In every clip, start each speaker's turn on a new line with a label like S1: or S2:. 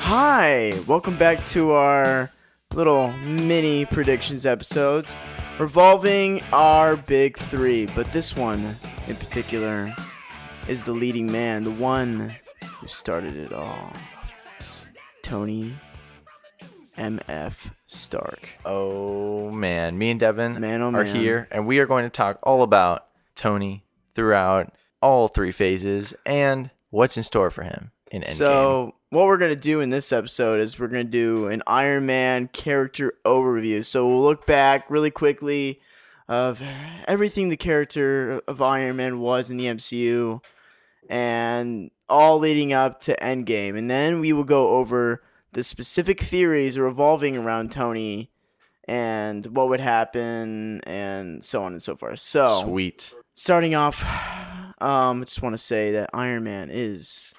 S1: Hi, welcome back to our little mini predictions episodes revolving our big three, but this one in particular is the leading man, the one who started it all Tony M.F. Stark.
S2: Oh man, me and Devin
S1: Man, oh,
S2: are
S1: man.
S2: here, and we are going to talk all about Tony throughout all three phases and what's in store for him in Endgame.
S1: So what we're gonna do in this episode is we're gonna do an Iron Man character overview. So we'll look back really quickly of everything the character of Iron Man was in the MCU and all leading up to Endgame, and then we will go over the specific theories revolving around Tony and what would happen and so on and so forth. So
S2: sweet.
S1: starting off, um, I just want to say that Iron Man is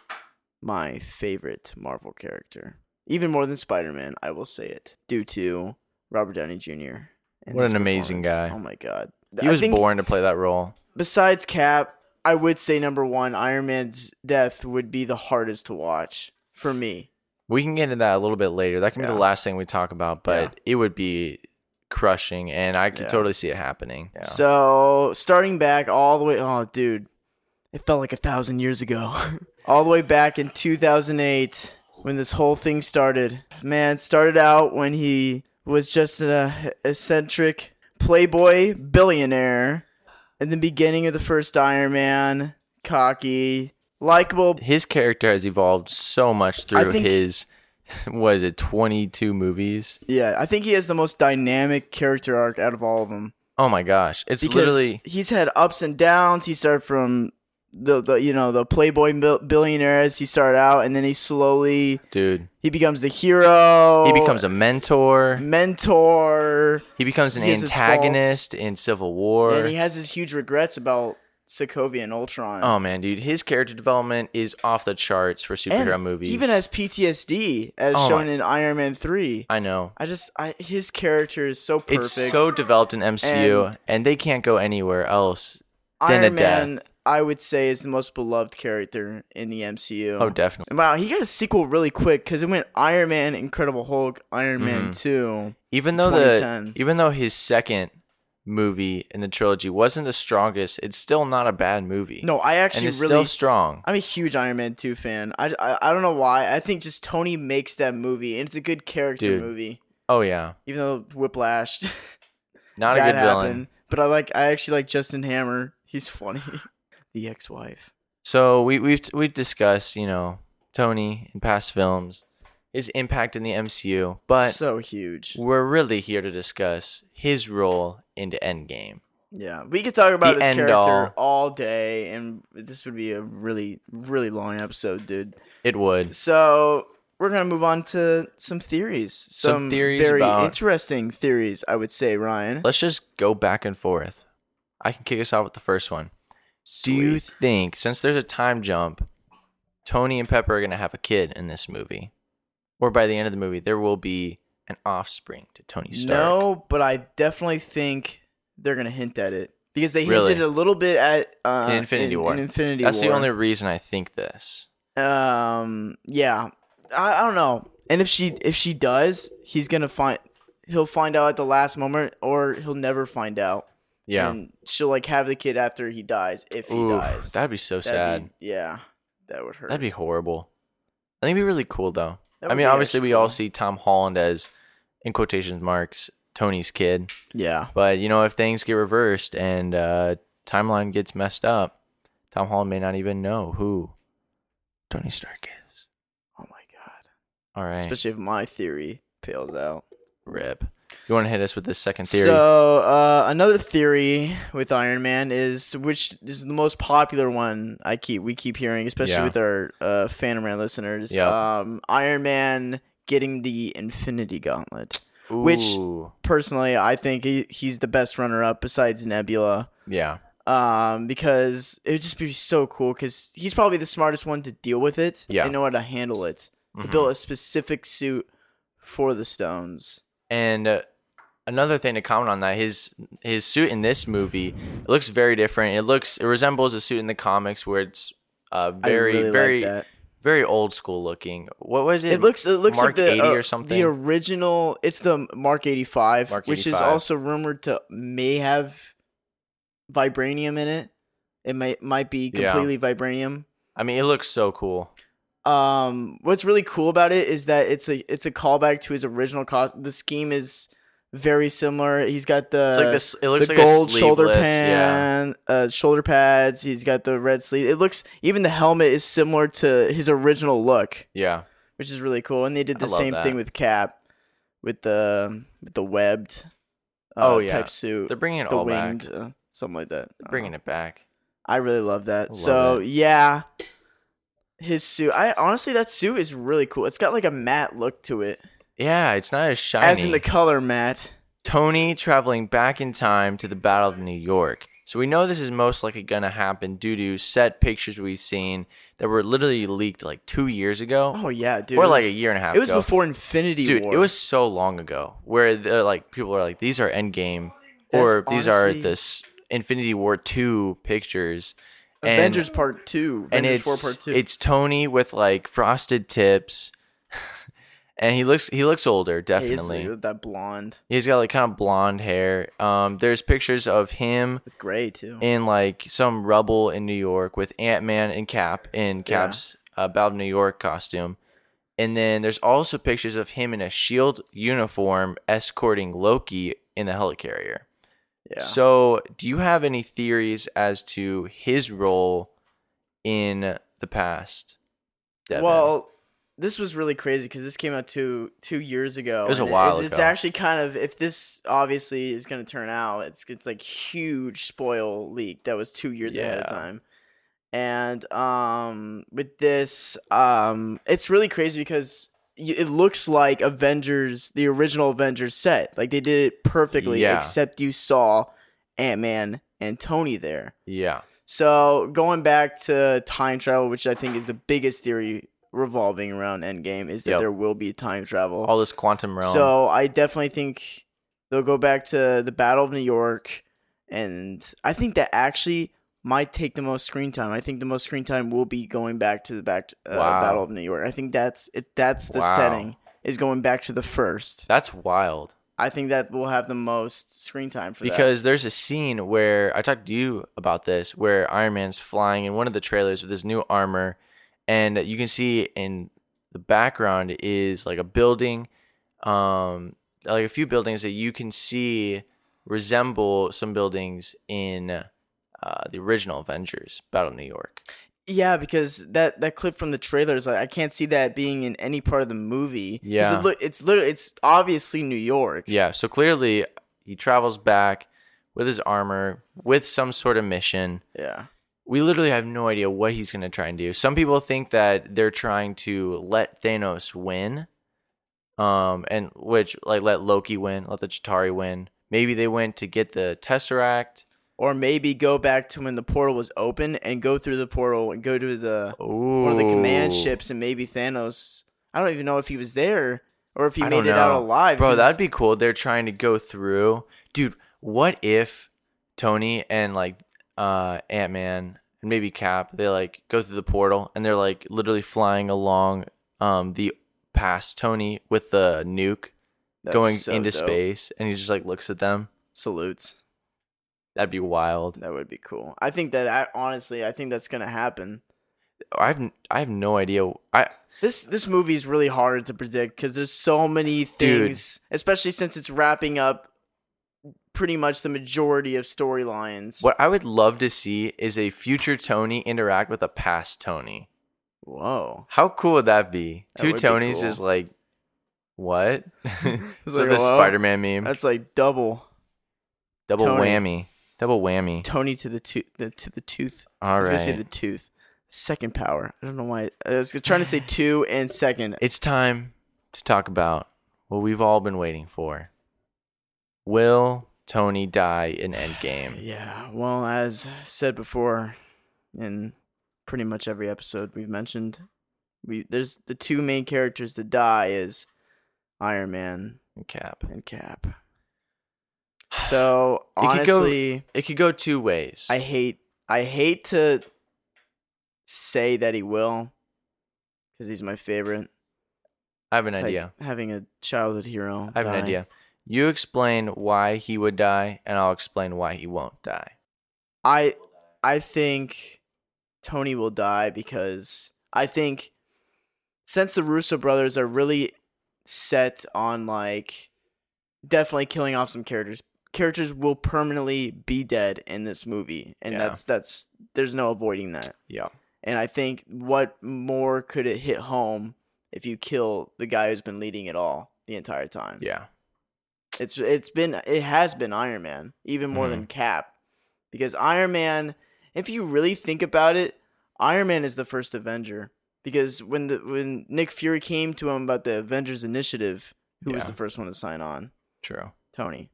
S1: my favorite Marvel character, even more than Spider Man. I will say it due to Robert Downey Jr. and
S2: What
S1: his
S2: an amazing
S1: performance.
S2: guy.
S1: Oh my god,
S2: He
S1: I
S2: was
S1: think
S2: born to play that role.
S1: Besides Cap, I would say number one, Iron Man's death would be the hardest to watch for me.
S2: We can get into that a little bit later. That can be
S1: Yeah.
S2: the last thing we talk about, but it would be crushing, and I could
S1: Yeah.
S2: totally see it happening. Yeah.
S1: So starting back all the way, oh dude, it felt like a thousand years ago. all the way back in 2008 when this whole thing started. Man, it started out when he was just an eccentric playboy billionaire. In the beginning of the first Iron Man, cocky, likable.
S2: his character has evolved so much through
S1: think-
S2: his what is it, twenty two movies?
S1: Yeah, I think he has the most dynamic character arc out of all of them.
S2: Oh my gosh. It's
S1: because
S2: literally
S1: he's had ups and downs. He started from the, the you know the playboy bil- billionaire as he started out, and then he slowly
S2: dude.
S1: he becomes the hero.
S2: He becomes a mentor.
S1: mentor,
S2: He becomes an
S1: He has its
S2: antagonist in Civil War.
S1: and he has his huge regrets about Sokovia and Ultron.
S2: oh man, dude, his character development is off the charts for
S1: and
S2: superhero movies.
S1: he even has PTSD as
S2: Oh
S1: shown
S2: my-
S1: in Iron Man three. I,
S2: I know.
S1: just I, his character is so perfect.
S2: It's so developed in MCU, and,
S1: And-
S2: they can't go anywhere else. than a
S1: Iron Man, I would say, is the most beloved character in the MCU.
S2: Oh, definitely.
S1: Wow, he got a sequel really quick because it went Iron Man, Incredible Hulk, Iron Man Two.
S2: Mm-hmm. Even though the
S1: 2010.
S2: even though his second movie in the trilogy wasn't the strongest, it's still not a bad movie.
S1: No, I
S2: and
S1: actually
S2: it's
S1: really,
S2: still strong.
S1: I'm a huge Iron Man Two fan. I, I I don't know why. I think just Tony makes that movie, and it's a good character
S2: Dude.
S1: movie,
S2: Oh yeah,
S1: even though Whiplash
S2: not
S1: that
S2: a good
S1: happened.
S2: villain.
S1: But I like, I actually like Justin Hammer. He's funny. the ex-wife.
S2: So we we've we've discussed you know Tony in past films, his impact in the MCU, but
S1: so huge.
S2: we're really here to discuss his role into Endgame.
S1: Yeah, we could talk about
S2: The
S1: his
S2: end
S1: character
S2: all.
S1: all day, and this would be a really, really long episode, dude.
S2: It would.
S1: So we're gonna move on to some theories. Some,
S2: Some theories
S1: very
S2: about-
S1: interesting theories, I would say, Ryan.
S2: Let's just go back and forth. I can kick us off with the first one. Do you
S1: Sweet.
S2: think, since there's a time jump, Tony and Pepper are gonna have a kid in this movie, or by the end of the movie, there will be an offspring to Tony Stark?
S1: No, but I definitely think they're gonna hint at it because they
S2: Really?
S1: hinted a little bit at uh,
S2: In Infinity
S1: in-
S2: War.
S1: in Infinity
S2: that's the
S1: War.
S2: only reason I think this.
S1: Um. Yeah. I, I don't know. And if she if she does, he's gonna find he'll find out at the last moment, or he'll never find out.
S2: Yeah.
S1: And she'll like have the kid after he dies if he
S2: Ooh,
S1: dies.
S2: that'd be so
S1: That'd
S2: sad.
S1: Be, yeah. That would hurt.
S2: That'd be horrible. I think it'd be really cool though.
S1: That
S2: I
S1: would be
S2: mean, obviously
S1: actually
S2: we all
S1: cool.
S2: see Tom Holland as in quotations marks Tony's kid,
S1: yeah.
S2: but you know if things get reversed and uh timeline gets messed up, Tom Holland may not even know who Tony Stark is.
S1: Oh my god.
S2: All right.
S1: Especially if my theory pales out.
S2: Rip. You want to hit us with the second theory?
S1: So uh, another theory with Iron Man is which is the most popular one I keep we keep hearing, especially
S2: Yeah.
S1: with our uh, Phantom Man listeners.
S2: Yep.
S1: Um, Iron Man getting the Infinity Gauntlet. which-
S2: Ooh.
S1: Personally, I think he, he's the best runner up besides Nebula.
S2: yeah.
S1: Um, because it would just be so cool because he's probably the smartest one to deal with it
S2: Yeah.
S1: and know how to handle it. To
S2: Mhm.
S1: build a specific suit for the stones.
S2: And uh, another thing to comment on that his his suit in this movie it looks very different. It looks it resembles a suit in the comics where it's uh,
S1: I
S2: very
S1: really like
S2: very
S1: that.
S2: very old school looking. What was it?
S1: It looks it looks
S2: Mark
S1: like the
S2: 80
S1: uh,
S2: or something.
S1: The original, it's the Mark eighty five,
S2: Mark
S1: which is
S2: 85.
S1: also rumored to may have vibranium in it. It might might be
S2: Yeah.
S1: completely vibranium.
S2: I mean, it looks so cool.
S1: Um, what's really cool about it is that it's a it's a callback to his original cost. The scheme is very similar. He's got the
S2: It's like this. It looks
S1: Uh, the
S2: like
S1: gold
S2: a
S1: shoulder
S2: sleeveless- Yeah.
S1: pan, uh, shoulder pads. He's got the red sleeve. It looks even the helmet is similar to his original look,
S2: Yeah.
S1: which is really cool. And they did
S2: I
S1: the
S2: love
S1: same
S2: that.
S1: thing with Cap, with the with the webbed, uh,
S2: Oh, yeah.
S1: type suit,
S2: They're bringing it
S1: the
S2: all
S1: winged,
S2: back.
S1: uh, something like that. I don't
S2: Bringing
S1: know.
S2: it back.
S1: I really love that.
S2: I love
S1: so yeah, his suit. I honestly that suit is really cool. It's got like a matte look to it,
S2: Yeah, it's not as shiny.
S1: as in the color matte.
S2: Tony traveling back in time to the Battle of New York. So we know this is most likely going to happen due to set pictures we've seen that were literally leaked like two years ago,
S1: Oh yeah, dude.
S2: or
S1: it
S2: like a
S1: was-
S2: year and a half.
S1: It was
S2: ago.
S1: before Infinity
S2: dude.
S1: War.
S2: It was so long ago where they're like people are like these are Endgame
S1: That's
S2: or these are
S1: honestly-
S2: this Infinity War two pictures. And-
S1: Avengers Part Two.
S2: and
S1: Avengers
S2: it's
S1: Four Part Two.
S2: it's Tony with like frosted tips, and he looks he looks older
S1: Hey, it's
S2: definitely.
S1: like that blonde.
S2: He's got like kind of blonde hair. Um, there's pictures of him
S1: It's gray too.
S2: in like some rubble in New York with Ant Man and Cap in
S1: Yeah.
S2: Cap's uh, Battle of New York costume, and then there's also pictures of him in a Shield E uniform escorting Loki in the helicarrier.
S1: yeah.
S2: So, do you have any theories as to his role in the past? Devin?
S1: well, this was really crazy because this came out two two years ago.
S2: It was a
S1: and
S2: while
S1: It's
S2: ago.
S1: actually kind of if this obviously is going to turn out, it's it's like huge spoil leak that was two years ahead of
S2: Yeah.
S1: time. And um, with this, um, it's really crazy because y- it looks like Avengers, the original Avengers set. Like they did it perfectly,
S2: Yeah.
S1: except you saw Ant Man and Tony there.
S2: yeah,
S1: So going back to time travel, which I think is the biggest theory revolving around Endgame, is that
S2: Yep.
S1: there will be time travel.
S2: all this quantum realm.
S1: so I definitely think they'll go back to the Battle of New York, and I think that actually might take the most screen time. I think the most screen time will be going back to the back uh,
S2: Wow.
S1: Battle of New York. I think that's it. That's the
S2: Wow.
S1: setting is going back to the first.
S2: that's wild.
S1: I think that will have the most screen time for that.
S2: because there's a scene where I talked to you about this, where Iron Man's flying in one of the trailers with his new armor, and you can see in the background is like a building, um, like a few buildings that you can see resemble some buildings in uh, the original Avengers Battle of New York.
S1: Yeah, because that that clip from the trailers, like, I can't see that being in any part of the movie. 'Cause
S2: Yeah.
S1: it look, it's literally it's obviously New York.
S2: Yeah, so clearly he travels back with his armor with some sort of mission.
S1: yeah,
S2: we literally have no idea what he's going to try and do. Some people think that they're trying to let Thanos win, um, and which like let Loki win, let the Chitari win. Maybe they went to get the Tesseract.
S1: or maybe go back to when the portal was open and go through the portal and go to the
S2: Ooh.
S1: one of the command ships and maybe Thanos. I don't even know if he was there or if he
S2: I
S1: made
S2: don't
S1: it out
S2: know.
S1: alive.
S2: Bro,
S1: 'cause-
S2: that'd be cool. They're trying to go through. Dude, what if Tony and like uh Ant Man and maybe Cap, they like go through the portal and they're like literally flying along um the past Tony with the nuke
S1: that's
S2: going
S1: so
S2: into
S1: dope.
S2: space and he just like looks at them.
S1: Salutes.
S2: That'd be wild.
S1: That would be cool. I think that I honestly, I think that's gonna happen.
S2: I've I have no idea. I
S1: This this movie is really hard to predict because there's so many
S2: Dude.
S1: things, especially since it's wrapping up pretty much the majority of storylines.
S2: what I would love to see is a future Tony interact with a past Tony.
S1: Whoa!
S2: How cool would that be?
S1: That
S2: Two
S1: would be
S2: Tonys
S1: cool.
S2: is like what? so
S1: like,
S2: the
S1: hello?
S2: Spider-Man meme.
S1: That's like double
S2: Double
S1: Tony.
S2: whammy. Double whammy.
S1: Tony to the tooth the, to the tooth. I
S2: All
S1: was gonna say the
S2: right.
S1: tooth. Second power. I don't know why. I was trying to say two and second.
S2: It's time to talk about what we've all been waiting for. Will Tony die in Endgame?
S1: Yeah. Well, as said before, in pretty much every episode we've mentioned, we there's the two main characters that die is Iron Man
S2: Cap.
S1: and Cap. So
S2: It could go-
S1: honestly,
S2: It could go two ways.
S1: I hate I hate to say that he will because he's my favorite.
S2: I have an
S1: It's like
S2: idea.
S1: having a childhood hero.
S2: I have
S1: die.
S2: an idea. You explain why he would die, and I'll explain why he won't die.
S1: I I think Tony will die because I think since the Russo brothers are really set on like definitely killing off some characters, characters will permanently be dead in this movie, and
S2: Yeah.
S1: that's that's there's no avoiding that.
S2: Yeah.
S1: And I think what more could it hit home if you kill the guy who's been leading it all the entire time?
S2: Yeah.
S1: It's it's been it has been Iron Man even more
S2: Mm-hmm.
S1: than Cap because Iron Man if you really think about it Iron Man is the first Avenger because when the when Nick Fury came to him about the Avengers initiative who was
S2: Yeah.
S1: the first one to sign on
S2: True.
S1: Tony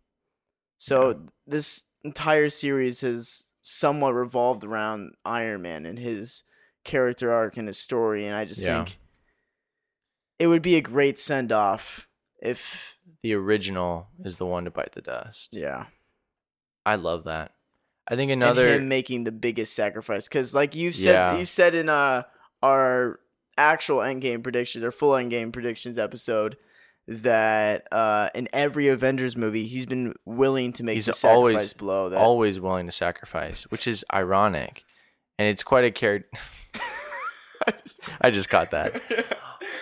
S1: so
S2: Yeah.
S1: this entire series has somewhat revolved around Iron Man and his character arc and his story and I just
S2: Yeah.
S1: think it would be a great send off if
S2: The original is the one to bite the dust.
S1: yeah
S2: I love that. I think
S1: and
S2: another.
S1: him making the biggest sacrifice because like you said
S2: Yeah.
S1: you said in uh our actual endgame predictions or full endgame predictions episode that uh in every avengers movie he's been willing to make
S2: He's
S1: the sacrifice
S2: always-
S1: below that
S2: always willing to sacrifice, which is ironic, and it's quite a character. I just caught that.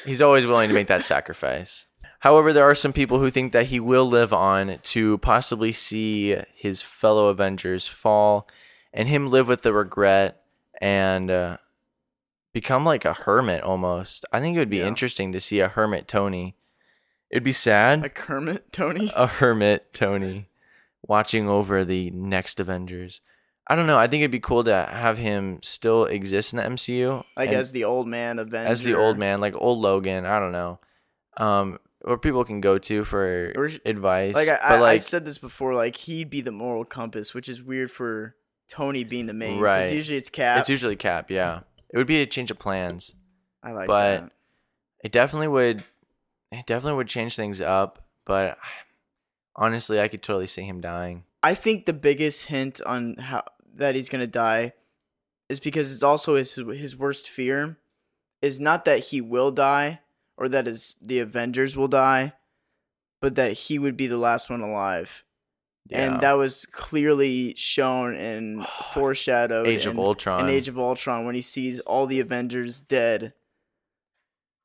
S2: He's always willing to make that sacrifice. However, there are some people who think that he will live on to possibly see his fellow Avengers fall, and him live with the regret and uh, become like a hermit almost. I think it would be
S1: Yeah.
S2: interesting to see a hermit Tony. It'd be sad
S1: a kermit tony
S2: a hermit Tony watching over the next Avengers. I don't know. I think it'd be cool to have him still exist in the MCU.
S1: like
S2: and
S1: as the old man avenger
S2: as the old man, like old Logan. I don't know. Um, where people can go to for
S1: Or-
S2: advice.
S1: like I,
S2: but
S1: I, I
S2: like,
S1: said this before like he'd be the moral compass which is weird for tony being the main 'cause
S2: Right.
S1: usually it's cap
S2: it's usually Cap. Yeah, it would be a change of plans.
S1: i like
S2: but-
S1: that.
S2: It definitely would. It definitely would change things up. But honestly, I could totally see him dying.
S1: I think the biggest hint on how that he's gonna die is because it's also his his worst fear is not that he will die or that is the Avengers will die, but that he would be the last one alive,
S2: Yeah.
S1: and that was clearly shown and foreshadowed
S2: Age of
S1: in-
S2: Ultron.
S1: in Age of Ultron when he sees all the Avengers dead,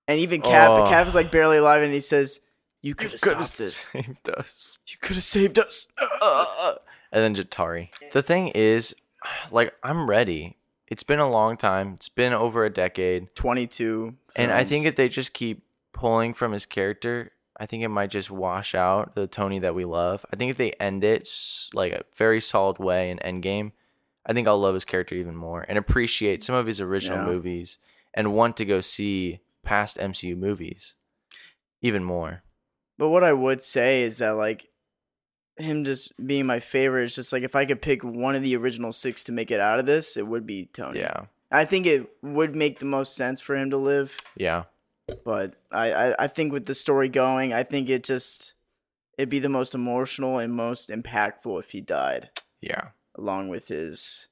S1: and even Cap
S2: Oh.
S1: Cap is like barely alive, and he says, "You could have
S2: Could've
S1: stopped this. Uh,
S2: saved us.
S1: You could have saved us."
S2: and then Jatari. The thing is, like, I'm ready. It's been a long time. It's been over a decade,
S1: 22
S2: and I
S1: films.
S2: think if they just keep pulling from his character, I think it might just wash out the Tony that we love. I think if they end it s- like a very solid way in Endgame, I think I'll love his character even more and appreciate some of his original
S1: Yeah.
S2: movies and want to go see past MCU movies even more.
S1: but what i would say is that like him just being my favorite is just like if i could pick one of the original six to make it out of this it would be tony
S2: Yeah,
S1: i think it would make the most sense for him to live
S2: yeah,
S1: but i i, I think with the story going i think it just it'd be the most emotional and most impactful if he died
S2: yeah.
S1: along with his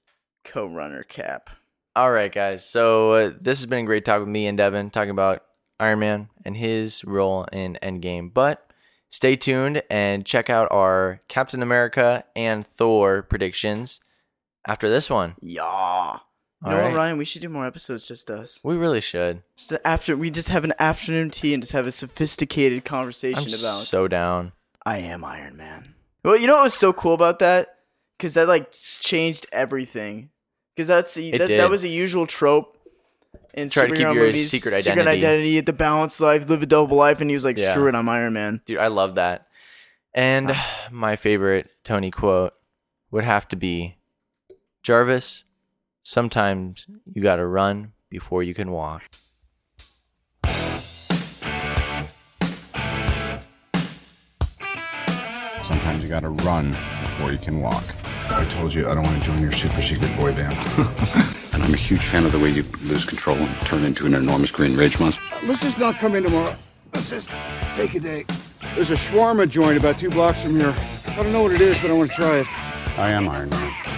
S1: co-runner cap
S2: All right, guys. So uh, this has been a great talk with me and Devin talking about Iron Man and his role in Endgame. But stay tuned and check out our Captain America and Thor predictions after this one.
S1: yeah
S2: All
S1: no
S2: right.
S1: ryan we should do more episodes just us
S2: We really should.
S1: Just after we just have an afternoon tea and just have a sophisticated conversation
S2: I'm
S1: about
S2: so down.
S1: I am Iron Man. Well, you know what was so cool about that? Because that like s- changed everything. Because that's the-
S2: It
S1: that,
S2: did.
S1: that was a usual trope in
S2: Try to
S1: superhero
S2: keep your
S1: movies.
S2: secret
S1: secret
S2: identity.
S1: identity, the balanced life, live a double life, and he was like,
S2: Yeah.
S1: "Screw it, I'm Iron Man."
S2: Dude, I love that. And
S1: Ah.
S2: my favorite Tony quote would have to be Jarvis, sometimes you got to run before you can walk.
S3: Sometimes you gotta run before you can walk.
S4: I told you I don't want to join your super secret boy band.
S5: And I'm a huge fan of the way you lose control and turn into an enormous green rage monster.
S6: Let's just not come in tomorrow. Let's just take a day. There's a shawarma joint about two blocks from here. I don't know what it is, but I want to try it.
S4: I am Iron Man.